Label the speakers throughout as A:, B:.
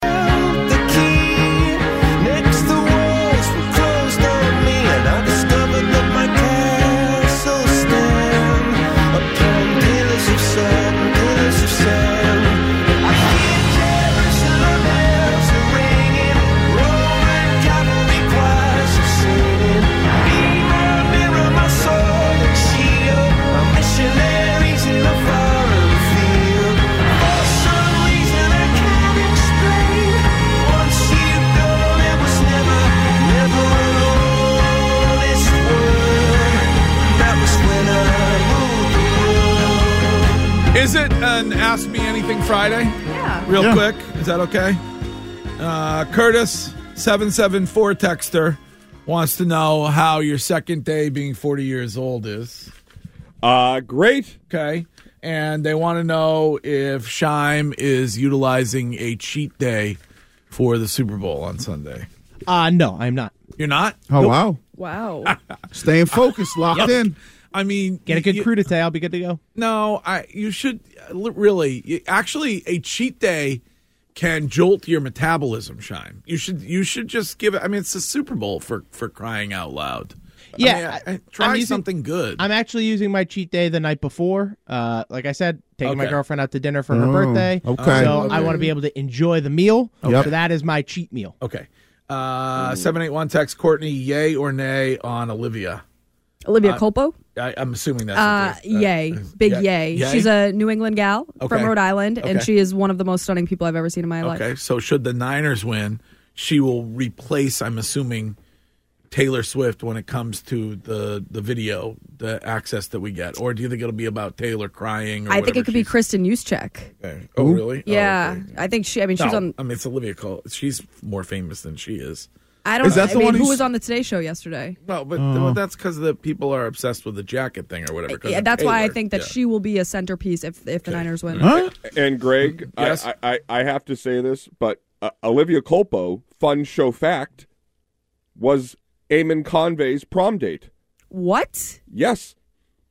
A: the key. Next, the walls were closed on me, and I discovered that my castle stand upon pillars of sand, pillars of sand. I hear Jerusalem bells are ringing, Roman cavalry choirs are singing. Mirror, mirror, my soul and shield, my missionaries in the foreign field. For some reason I can't explain, once you've gone, it was never, never an honest word. That was when I ruled the world.
B: Is it an Ask Me Anything Friday? Yeah. Real quick. Is that okay? Uh, Curtis, 774 texter, wants to know how your second day being 40 years old is.
C: Uh, great.
B: Okay. And they want to know if Shime is utilizing a cheat day for the Super Bowl on Sunday.
D: Uh no, I'm not.
B: You're not?
E: Oh wow!
F: Wow.
E: Staying focused, locked in.
B: I mean,
D: Get a good
B: you-
D: crew today. I'll be good to go.
B: No, I. You should uh, li- really. you- Actually, a cheat day can jolt your metabolism. Shine. You should. You should just give it. I mean, it's the Super Bowl for for crying out loud. I
D: Yeah,
B: mean, I-
D: I-
B: I- try
D: I'm using-
B: something good.
D: I'm actually using my cheat day the night before. Uh, like I said, taking my
B: Okay.
D: girlfriend out to dinner for
E: Oh,
D: her birthday.
E: okay.
D: So I want to be able to enjoy the meal.
E: Yep.
D: So that is my cheat meal.
B: okay. Uh, seven eight one text Courtney. Yay or nay on Olivia?
F: Olivia Colpo.
B: I, I'm assuming that's
F: Uh,
B: what it is. Uh,
F: yay. Big
B: yeah-
F: yay. She's a New England gal
B: Okay.
F: from Rhode Island, and
B: Okay.
F: she is one of the most stunning people I've ever seen in my life.
B: Okay, so should the Niners win, she will replace, I'm assuming, Taylor Swift when it comes to the the video, the access that we get. Or do you think it'll be about Taylor crying? Or
F: I think
B: whatever
F: it could be
B: she's-
F: Kristen Juszczyk.
B: Okay. Oh, really? Oh,
F: Yeah.
B: okay.
F: I think she, I mean, she's
B: No,
F: on,
B: I mean, it's Olivia Cole. She's more famous than she is.
F: I don't
E: Is
F: know.
E: that
F: I
E: the
F: mean,
E: one
F: who
E: who's-
F: was on the Today Show yesterday?
B: Well, but well, that's because the people are obsessed with the jacket thing or whatever. 'cause
F: Uh. Yeah,
B: of
F: that's why I
B: Taylor.
F: think that
B: Yeah.
F: she will be a centerpiece if, if the Niners win.
C: And Greg, I-
B: Yes?
C: I, I, I have to say this, but uh, Olivia Colpo, fun show fact, was Eamon Convey's prom date.
F: What?
C: Yes,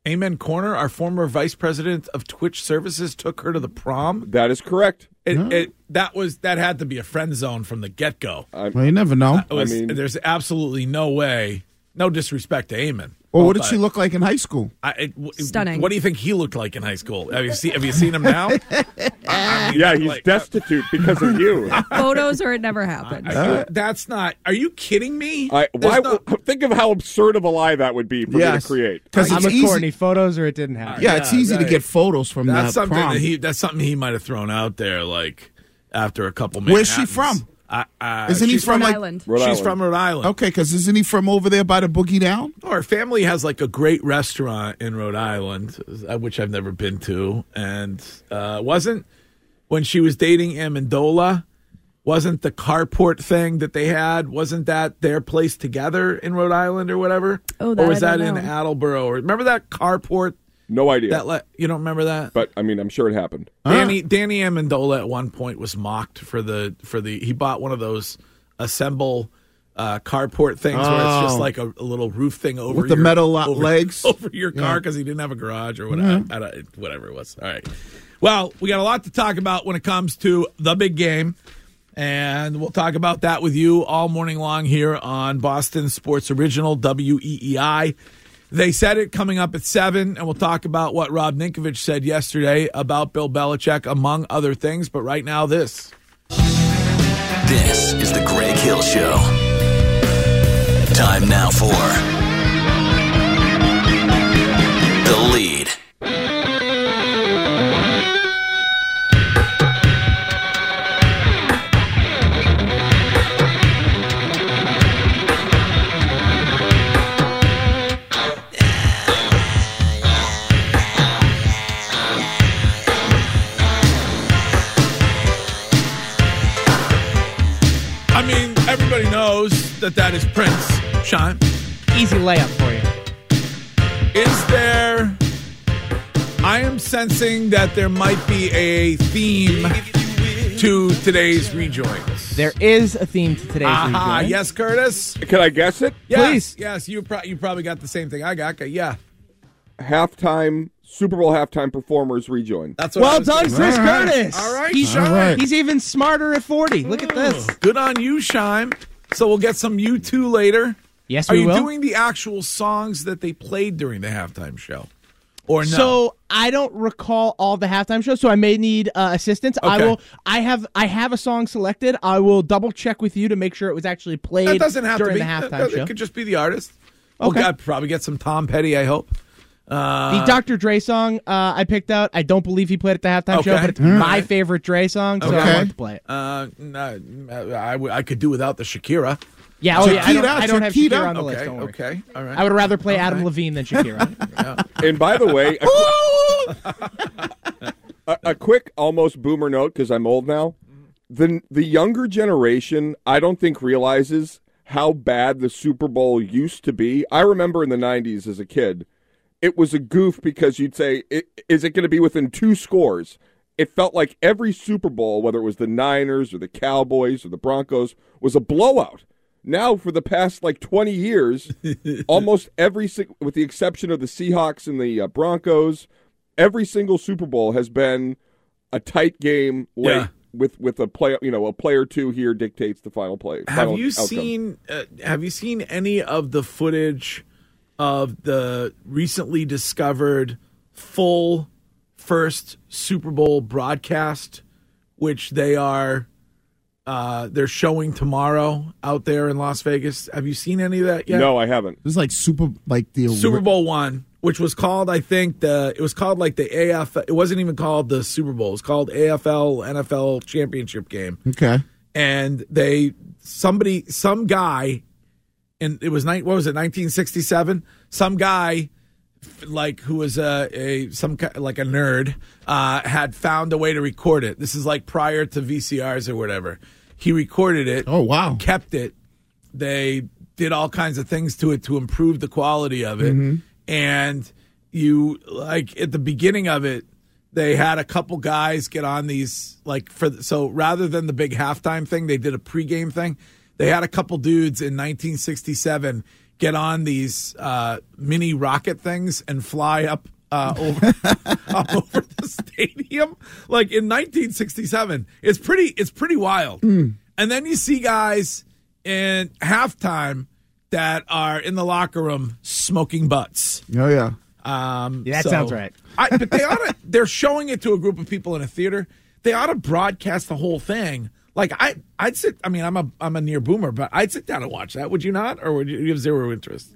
B: Amen Corner, our former vice president of Twitch services, took her to the prom.
C: that is correct.
B: It, it, that was that had to be a friend zone from the get go.
E: Well, you never know.
B: It was-
C: mean-
B: Oh, there's absolutely no way, no disrespect to Eamon.
E: Well, what did
B: but
E: she look like in high school?
B: I, it, w-
F: Stunning.
B: What do you think he looked like in high school? Have you seen, have you seen him now? I- I mean,
C: Yeah, he's
B: like,
C: destitute because of you.
F: Photos or it never happened.
B: I- that's not. Are you kidding me?
C: I, why?
B: There's no-
C: think of how absurd of a lie that would be for me
E: Yes.
C: to create.
E: Because
D: I'm
E: it's
D: with
E: easy.
D: Courtney. Photos or it didn't happen.
E: Yeah, it's
B: Yeah,
E: easy
B: right.
E: to get photos from
B: that's
E: the
B: something
E: prom.
B: that he. That's something he might have thrown out there, like after a couple.
E: Where's she
B: Manhattans.
E: from?
B: I, I,
E: Isn't he
B: she's
E: from,
F: Rhode
E: like-
F: Island.
C: Rhode
B: she's
C: Island.
B: from Rhode Island.
E: okay, because isn't he from over there by the boogie down?
B: Oh, Our family has like a great restaurant in Rhode Island, uh, which I've never been to, and uh, wasn't when she was dating Amendola. Wasn't the carport thing that they had? Wasn't that their place together in Rhode Island or whatever?
F: Oh,
B: or
F: that
B: was
F: I
B: that
F: don't
B: in
F: know.
B: Attleboro? Or remember that carport
C: No idea.
B: That le- you don't remember that?
C: but I mean, I'm sure it happened.
B: Danny Danny Amendola at one point was mocked for the for the he bought one of those assemble uh, carport things where it's just
E: Oh.
B: like a, a little roof thing over
E: With the
B: your-
E: metal lo-
B: over,
E: legs?
B: over your car because he didn't have a garage or whatever whatever it was. All right, well we got a lot to talk about when it comes to the big game, and we'll talk about that with you all morning long here on Boston Sports Original WEEI. They said it coming up at seven, and we'll talk about what Rob Ninkovich said yesterday about Bill Belichick, among other things. But right now, this.
G: This is the Greg Hill Show. Time now for the lead.
B: I mean, everybody knows that that is Prince. Sean,
D: Easy layup for you.
B: is there. I am sensing that there might be a theme to today's rejoins.
D: There is a theme to today's
B: Aha,
D: rejoin.
B: yes, Curtis.
C: Can I guess it?
B: Yes,
D: Please.
B: Yes, you, pro- you probably got the same thing I got. Okay, yeah.
C: Halftime Super Bowl halftime performers rejoin.
B: That's what I
D: Well
B: was
D: done,
B: thinking.
D: Chris
E: All right.
D: Curtis.
B: All right,
D: he's,
B: Sean.
D: he's even smarter at forty. Look at this.
B: Good on you, Shime. So we'll get some U2 later.
D: Yes,
B: Are
D: we
B: you
D: will.
B: doing the actual songs that they played during the halftime show? Or no?
D: So I don't recall all the halftime shows, so I may need uh, assistance. I
B: Okay.
D: will. I have. I have a song selected. I will double check with you to make sure it was actually played.
B: that doesn't have
D: during
B: to be
D: the halftime
B: that- that-
D: show.
B: It could just be the artist. Oh
D: Okay.
B: God, probably get some Tom Petty. I hope.
D: the Dr. Dre song uh, I picked out. I don't believe he played at the halftime show,
B: Okay.
D: but it's
B: All
D: my favorite Dre song, so I
E: Okay.
D: want to play it.
B: Uh, no, I, w- I could do without the Shakira.
D: Yeah. Oh
E: So
D: yeah. I
E: keyed
D: don't,
E: out,
D: I don't
E: so
D: have
E: keyed
D: Shakira
E: out.
D: on the
B: Okay,
D: list. Don't worry.
B: okay, all right.
D: I would rather play Adam Levine than Shakira.
C: And by the way, a, a, a quick almost boomer note because I'm old now. The the younger generation, I don't think realizes how bad the Super Bowl used to be. I remember in the '90s as a kid, it was a goof because you'd say, "I- "Is it going to be within two scores?" It felt like every Super Bowl, whether it was the Niners or the Cowboys or the Broncos, was a blowout. Now, for the past like 20 years, almost every, si- with the exception of the Seahawks and the uh, Broncos, every single Super Bowl has been a tight game late
B: Yeah.
C: with with a play. You know, a play or two here dictates the final play.
B: Have
C: final
B: you
C: outcome.
B: seen? Uh, have you seen any of the footage of the recently discovered full first Super Bowl broadcast, which they are uh, they're showing tomorrow out there in Las Vegas? Have you seen any of that yet?
C: No, I haven't.
E: This is like super, like the
B: Super Bowl one, which was called, I think the it was called like the AFL. It wasn't even called the Super Bowl. It was called AFL NFL Championship Game
E: Okay.
B: and they somebody some guy and it was nine what was it 1967 some guy f- like who was a, a some ki- like a nerd uh, had found a way to record it this is like prior to vcrs or whatever he recorded it
E: Oh wow.
B: kept it they did all kinds of things to it to improve the quality of it and you like at the beginning of it they had a couple guys get on these like for the- so rather than the big halftime thing they did a pregame thing they had a couple dudes in 1967 get on these uh, mini rocket things and fly up uh, over up over the stadium like in 1967 it's pretty it's pretty wild and then you see guys in halftime that are in the locker room smoking butts
E: Oh yeah.
B: um,
D: Yeah, that sounds right.
B: I, but they ought to. They're showing it to a group of people in a theater. They ought to broadcast the whole thing. Like I, I'd sit. I mean, I'm a, I'm a near boomer, but I'd sit down and watch that. Would you not, or would you, you have zero interest?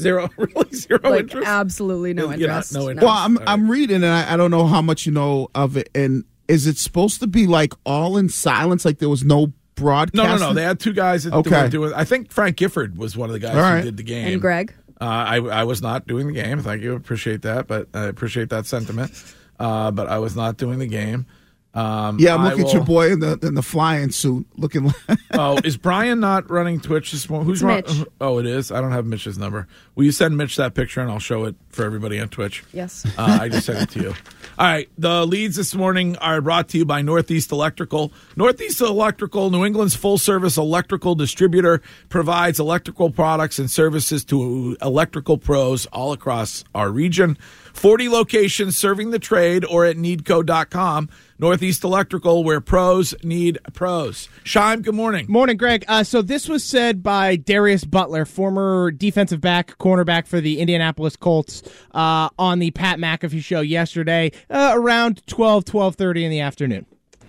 B: Zero, really zero
F: Like uh,
B: interest.
F: absolutely no
B: You're not-
F: interest.
B: no interest.
E: Well, I'm I'm reading, and I, I don't know how much you know of it. And is it supposed to be like all in silence, like there was no broadcast?
B: no, no, no. They had two guys that
E: Okay.
B: were doing. I think Frank Gifford was one of the guys
E: All
B: who
E: right.
B: did the game.
F: And Greg,
B: Uh, I, I was not doing the game. Thank you. Appreciate that. But I appreciate that sentiment. Uh, but I was not doing the game. Um,
E: Yeah, I'm
B: I
E: looking at
B: will-
E: your boy in the in the flying suit, looking. like
B: oh, is Brian not running Twitch this morning? Who's
F: It's
B: run-
F: Mitch.
B: Oh, it is. I don't have Mitch's number. Will you send Mitch that picture and I'll show it for everybody on Twitch?
F: Yes.
B: Uh, I just sent it to you. All right. The leads this morning are brought to you by Northeast Electrical. Northeast Electrical, New England's full service electrical distributor, provides electrical products and services to electrical pros all across our region. 40 locations serving the trade or at E needco.com. Northeast Electrical, where pros need pros. Shime, good morning.
D: Morning, Greg. Uh, so this was said by Darius Butler, former defensive back, cornerback for the Indianapolis Colts, uh, on the Pat McAfee show yesterday, uh, around 12, 12.30 in the afternoon.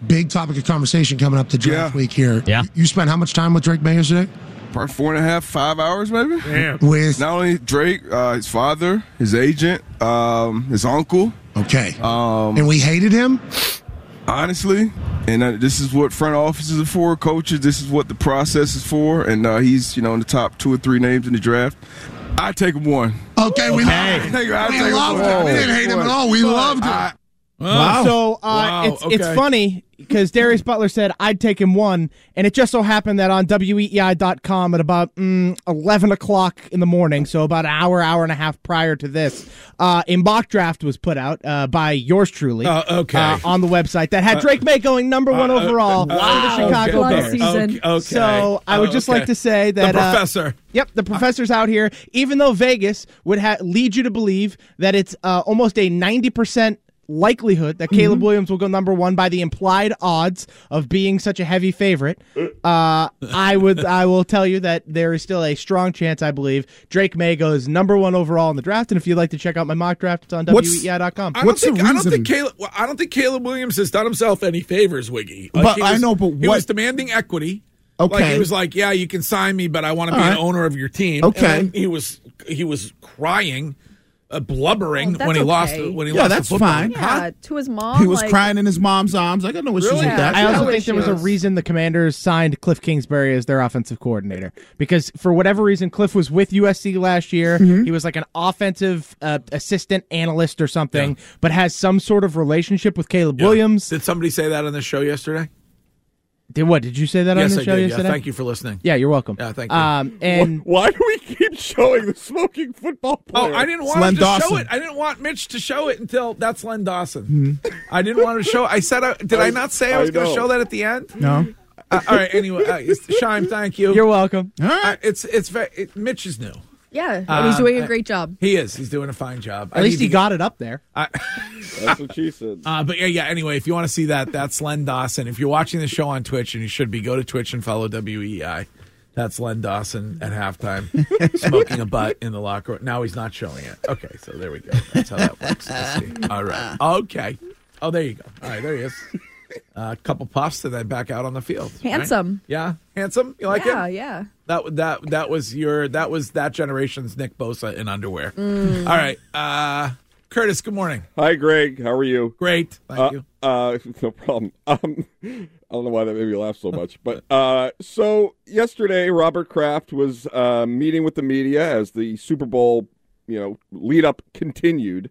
H: big topic of conversation coming up to draft
I: Yeah.
H: week here.
I: Yeah.
H: You spent how much time with Drake May yesterday?
I: Probably four and a half, five hours, maybe.
H: With
I: Not only Drake, uh, his father, his agent, um, his uncle.
H: okay,
B: Um,
H: and we hated him.
I: honestly and uh, this is what front offices are for coaches this is what the process is for and uh, he's you know in the top two or three names in the draft i take him one
H: Okay, we
I: I take, I
H: we
I: take
H: loved
I: one.
H: him. We didn't hate him at all. We loved him.
I: I-
B: Wow.
D: So uh,
B: Wow,
D: it's, it's
B: okay.
D: funny because Darius Butler said, I'd take him one. And it just so happened that on E WEEI.com at about mm, 11 o'clock in the morning, so about an hour, hour and a half prior to this, uh, a mock draft was put out uh, by yours truly
B: Uh, okay.
D: uh, on the website that had Drake May going number one
B: Uh, uh,
D: overall
B: uh,
D: for the
B: okay.
D: Chicago
F: Wow.
D: Bears.
F: Plus season.
B: Okay. okay.
D: So I would
B: Oh,
D: just
B: okay.
D: like to say that
B: the
D: uh,
B: professor.
D: Yep, the professor's out here. Even though Vegas would ha- lead you to believe that it's uh, almost a ninety percent likelihood that Caleb Williams will go number one by the implied odds of being such a heavy favorite, uh, I would I will tell you that there is still a strong chance. I believe Drake May goes number one overall in the draft. And if you'd like to check out my mock draft, it's on E
E: What's-
B: I
D: WEI.com.
B: don't
E: What's the
B: think, I don't
E: reasoning?
B: think Caleb. well, I don't think Caleb Williams has done himself any favors, Wiggy. Like,
E: But
B: he
E: I know, but
B: he
E: what-
B: was demanding equity. like
E: Okay.
B: he was like, "Yeah, you can sign me, but I want to be an
E: right.
B: owner of your team."
E: Okay.
B: And then he was he was crying, uh, blubbering
F: Oh, that's
B: when he lost
F: okay.
B: when he
E: Yeah,
B: lost. the
E: that's
B: football.
E: fine.
B: Huh?
F: Yeah, to his mom.
E: he was
F: like,
E: crying in his mom's arms. I got no issues
B: Really?
E: with that.
D: I
F: Yeah.
D: also
F: No
D: think there was a
F: issues.
D: reason the Commanders signed Cliff Kingsbury as their offensive coordinator because for whatever reason Cliff was with USC last year.
E: Mm-hmm.
D: He was like an offensive uh, assistant analyst or something, but has some sort of relationship with Caleb Williams.
B: Did somebody say that on the show yesterday?
D: Did what? Did you say that
B: yes,
D: on the
B: I
D: show
B: did.
D: yesterday?
B: Yeah, thank you for listening.
D: Yeah, you're welcome.
B: Yeah, thank you.
D: Um, and
C: Why do we keep showing the smoking football player?
B: Oh, I didn't want
E: Len
B: him to show
E: Dawson.
B: it. I didn't want Mitch to show it until that's Len Dawson.
E: Mm-hmm.
B: I didn't want to show. I said, I, did I,
C: I-
B: not say I
C: I
B: was going to
C: know.
B: show that at the end?
E: no.
B: Uh, all right. Anyway, uh, Shime, thank you.
D: you're welcome.
E: All right.
B: Uh, it's it's very it, Mitch is new.
F: Yeah, and he's
B: Um,
F: doing
B: I-
F: a great job.
B: He is. He's doing a fine job.
D: At least he got it up there.
C: That's what she said.
B: Uh, but yeah, yeah. Anyway, if you want to see that, that's Len Dawson. If you're watching the show on Twitch, and you should be, go to Twitch and follow WEI. That's Len Dawson at halftime, smoking a butt in the locker room. Now he's not showing it. Okay, so there we go. That's how that works. I see. All right. Okay. Oh, there you go. All right, there he is. A couple puffs, and then back out on the field. right?
F: Handsome.
B: Yeah, handsome. You like
F: yeah,
B: him?
F: yeah.
B: That that that was your that was that generation's Nick Bosa in underwear. All right, uh, Curtis. Good morning.
C: Hi, Greg. How are you?
B: Great. Thank
C: Uh,
B: you.
C: uh, no problem. Um, I don't know why that made me laugh so much, but uh, so yesterday Robert Kraft was uh, meeting with the media as the Super Bowl, you know, lead up continued,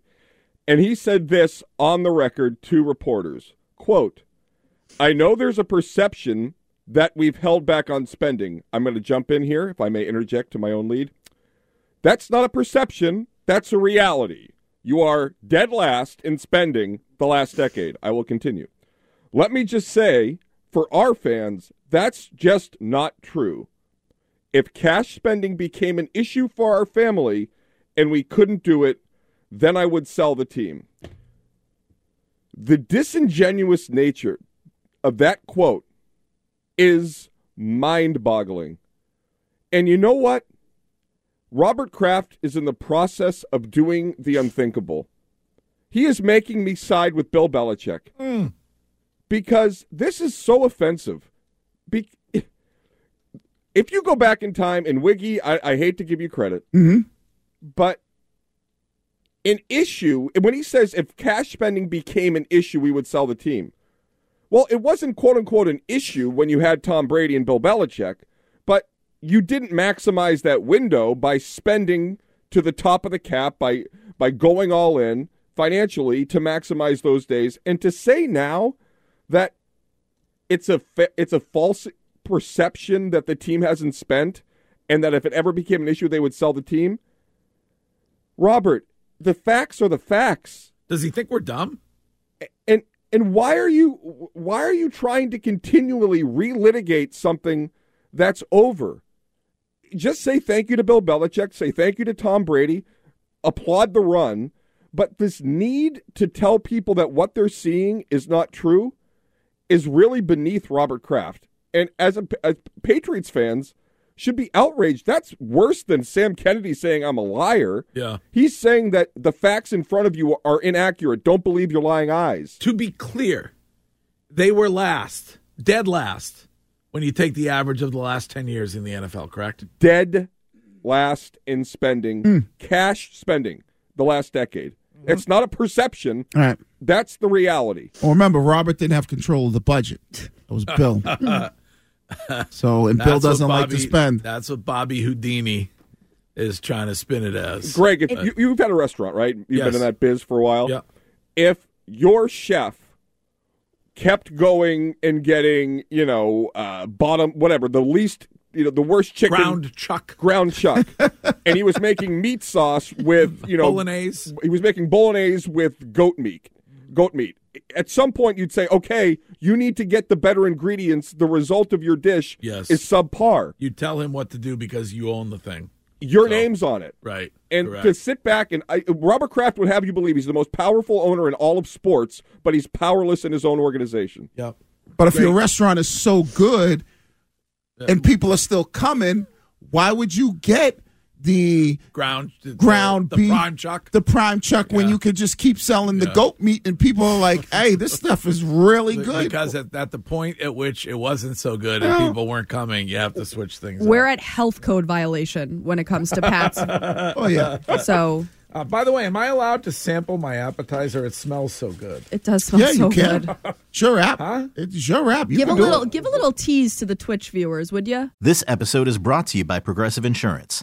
C: and he said this on the record to reporters: "Quote, I know there's a perception that we've held back on spending. I'm going to jump in here, if I may interject to my own lead. That's not a perception, that's a reality. You are dead last in spending the last decade. I will continue. Let me just say, for our fans, that's just not true. If cash spending became an issue for our family and we couldn't do it, then I would sell the team. The disingenuous nature of that quote is mind boggling. And you know what? Robert Kraft is in the process of doing the unthinkable. He is making me side with Bill Belichick because this is so offensive. Be- if you go back in time, and Wiggy, I, I hate to give you credit, but an issue, when he says if cash spending became an issue, we would sell the team. Well, it wasn't quote unquote an issue when you had Tom Brady and Bill Belichick, but you didn't maximize that window by spending to the top of the cap by by going all in financially to maximize those days and to say now that it's a fa- it's a false perception that the team hasn't spent, and that if it ever became an issue, they would sell the team. Robert, the facts are the facts.
B: Does he think we're dumb?
C: And and why are you why are you trying to continually relitigate something that's over? Just say thank you to Bill Belichick. Say thank you to Tom Brady. Applaud the run. But this need to tell people that what they're seeing is not true is really beneath Robert Kraft. And as a as Patriots fans should be outraged. That's worse than Sam Kennedy saying I'm a liar.
B: Yeah.
C: He's saying that the facts in front of you are inaccurate. Don't believe your lying eyes.
B: To be clear, they were last, dead last, when you take the average of the last 10 years in the NFL, correct?
C: Dead last in spending, cash spending, the last decade. It's not a perception.
E: All right.
C: That's the reality.
E: Well, remember, Robert didn't have control of the budget. It was Bill. so, and
B: That's
E: Bill
B: what
E: doesn't like to
B: Bobby-
E: spend.
B: That's what Bobby Houdini is trying to spin it as.
C: Greg, if you, you've had a restaurant, right? You've
B: Yes.
C: been in that biz for a while.
B: Yeah.
C: If your chef kept going and getting, you know, uh, bottom, whatever, the least, you know, the worst chicken.
B: Ground chuck.
C: ground chuck, and he was making meat sauce with you know
B: Bolognese.
C: He was making bolognese with goat meat. Goat meat. At some point, you'd say, "Okay, you need to get the better ingredients. The result of your dish
B: Yes.
C: is subpar.
B: You tell him what to do because you own the thing.
C: Your name's on it."
B: Right.
C: And
B: correct.
C: to sit back and I, Robert Kraft would have you believe he's the most powerful owner in all of sports, but he's powerless in his own organization.
B: Yep.
E: But if your restaurant is so good and people are still coming, why would you get the
B: Ground the-
E: ground
B: the
E: beef,
B: prime chuck.
E: the prime chuck, when you could just keep selling the
B: Yeah.
E: goat meat and people are like, "Hey, this stuff is really good."
B: Because at, at the point at which it wasn't so good and people weren't coming, you have to switch things. up.
F: We're at health code violation when it comes to Pat's.
E: oh yeah,
F: so
B: Uh, by the way, am I allowed to sample my appetizer? It smells so good.
F: it does smell
E: yeah,
F: so
E: you can.
F: good.
E: It's your app. It's your app. You
F: Give a
E: can do
F: little,
E: it.
F: give a little tease to the Twitch viewers, would you?
J: This episode is brought to you by Progressive Insurance.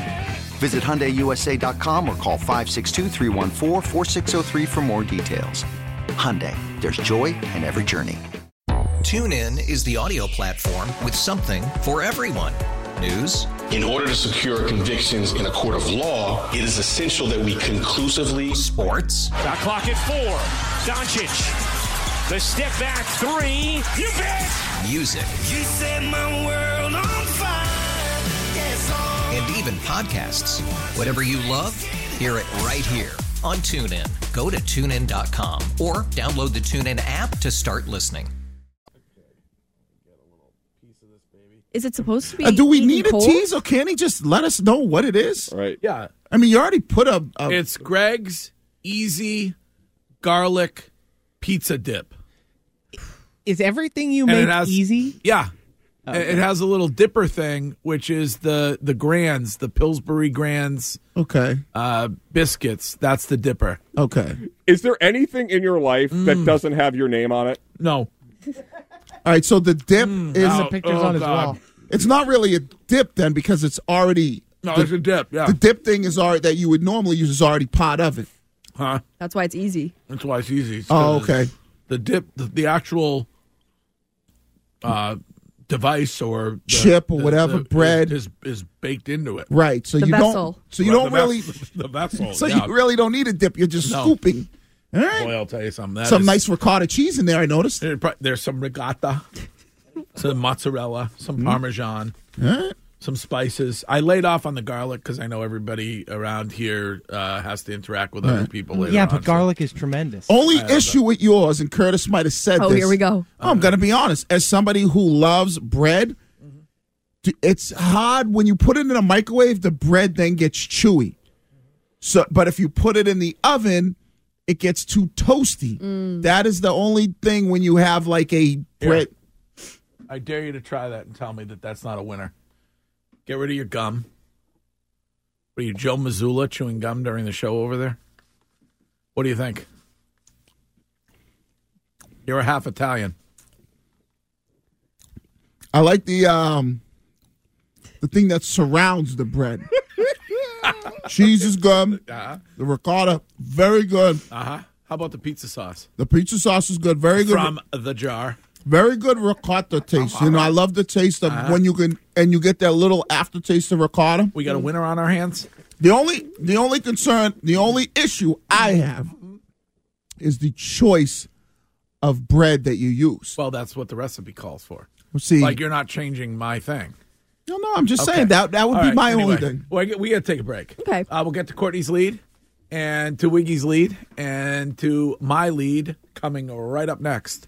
K: Visit HyundaiUSA.com or call 562-314-4603 for more details. Hyundai, there's joy in every journey.
G: TuneIn is the audio platform with something for everyone. News,
L: In order to secure convictions in a court of law, it is essential that we conclusively.
G: sports,
A: The clock at four. Doncic. The step back three. You bet.
G: music,
A: You set my world on fire. Yes, oh.
G: and even podcasts. Whatever you love, hear it right here on TuneIn. Go to tunein.com or download the TuneIn app to start listening.
F: Is it supposed to be?
E: Uh, do we
F: eaten
E: need
F: cold?
E: a tease, or can he just let us know what it is?
C: All right.
B: Yeah.
E: I mean, you already put a. a
B: It's Greg's Easy Garlic Pizza Dip.
D: Is everything you
B: And it
D: make
B: has-
D: easy?
B: Yeah. It has a little dipper thing, which is the the grands, the Pillsbury grands
E: okay.
B: uh, biscuits. That's the dipper.
E: Okay.
C: Is there anything in your life
B: Mm.
C: that doesn't have your name on it?
B: No,
E: All right. So the dip
F: Hmm.
E: is.
B: no.
D: The pictures
B: Oh,
D: on his
B: God.
D: wall.
E: It's not really a dip then, because it's already.
B: no,
E: the,
B: it's a dip. Yeah,
E: the dip thing is already that you would normally use is already part of it.
B: huh?
F: That's why it's easy.
B: That's why it's easy. It's
E: Oh,
B: 'cause
E: okay.
B: The dip, the, the actual uh, device or the,
E: Chip or whatever, bread.
B: is, is baked into it.
E: Right. So
F: The
E: you don't.
F: vessel.
E: So you
B: Right,
E: don't
B: the
E: really.
B: ves- the vessel.
E: So
B: Oh, yeah.
E: you really don't need a dip. You're just
B: No.
E: scooping. All right.
B: Boy, I'll tell you something. That
E: Some
B: is-
E: nice ricotta cheese in there. I noticed. Hmm?
B: there- There's some regatta, some mozzarella, some parmesan,
E: All right.
B: some spices. I laid off on the garlic because I know everybody around here uh, has to interact with other
E: Right.
B: people later
D: Mm-hmm. yeah,
B: on.
D: but garlic is tremendous.
E: Only issue with yours, and Curtis might have said
D: Oh,
E: this.
D: here we go.
E: I'm going to be honest. As somebody who loves bread, d- it's hard when you put it in a microwave, the bread then gets chewy. So, But if you put it in the oven, it gets too toasty.
D: Mm.
E: That is the only thing when you have like a bread.
B: I dare you to try that and tell me that that's not a winner. Get rid of your gum. What are you, Joe Missoula, chewing gum during the show over there? What do you think? You're a half Italian.
E: I like the um the thing that surrounds the bread. Cheese is good.
B: Uh-huh.
E: The ricotta, very good.
B: Uh huh. How about the pizza sauce?
E: The pizza sauce is good. Very good.
B: From the jar.
E: Very good ricotta taste. You know, I love the taste of
B: Uh-huh.
E: when you can and you get that little aftertaste of ricotta.
B: We got a winner on our hands.
E: The only the only concern, the only issue I have is the choice of bread that you use.
B: Well, that's what the recipe calls for.
E: Let's see.
B: Like you're not changing my thing.
E: No, no, I'm just
B: Okay.
E: saying that that would
B: All
E: be
B: right,
E: my only
B: anyway,
E: thing.
B: We got, we got to take a break.
F: Okay.
B: Uh, we'll get to Courtney's lead and to Wiggy's lead and to my lead coming right up next.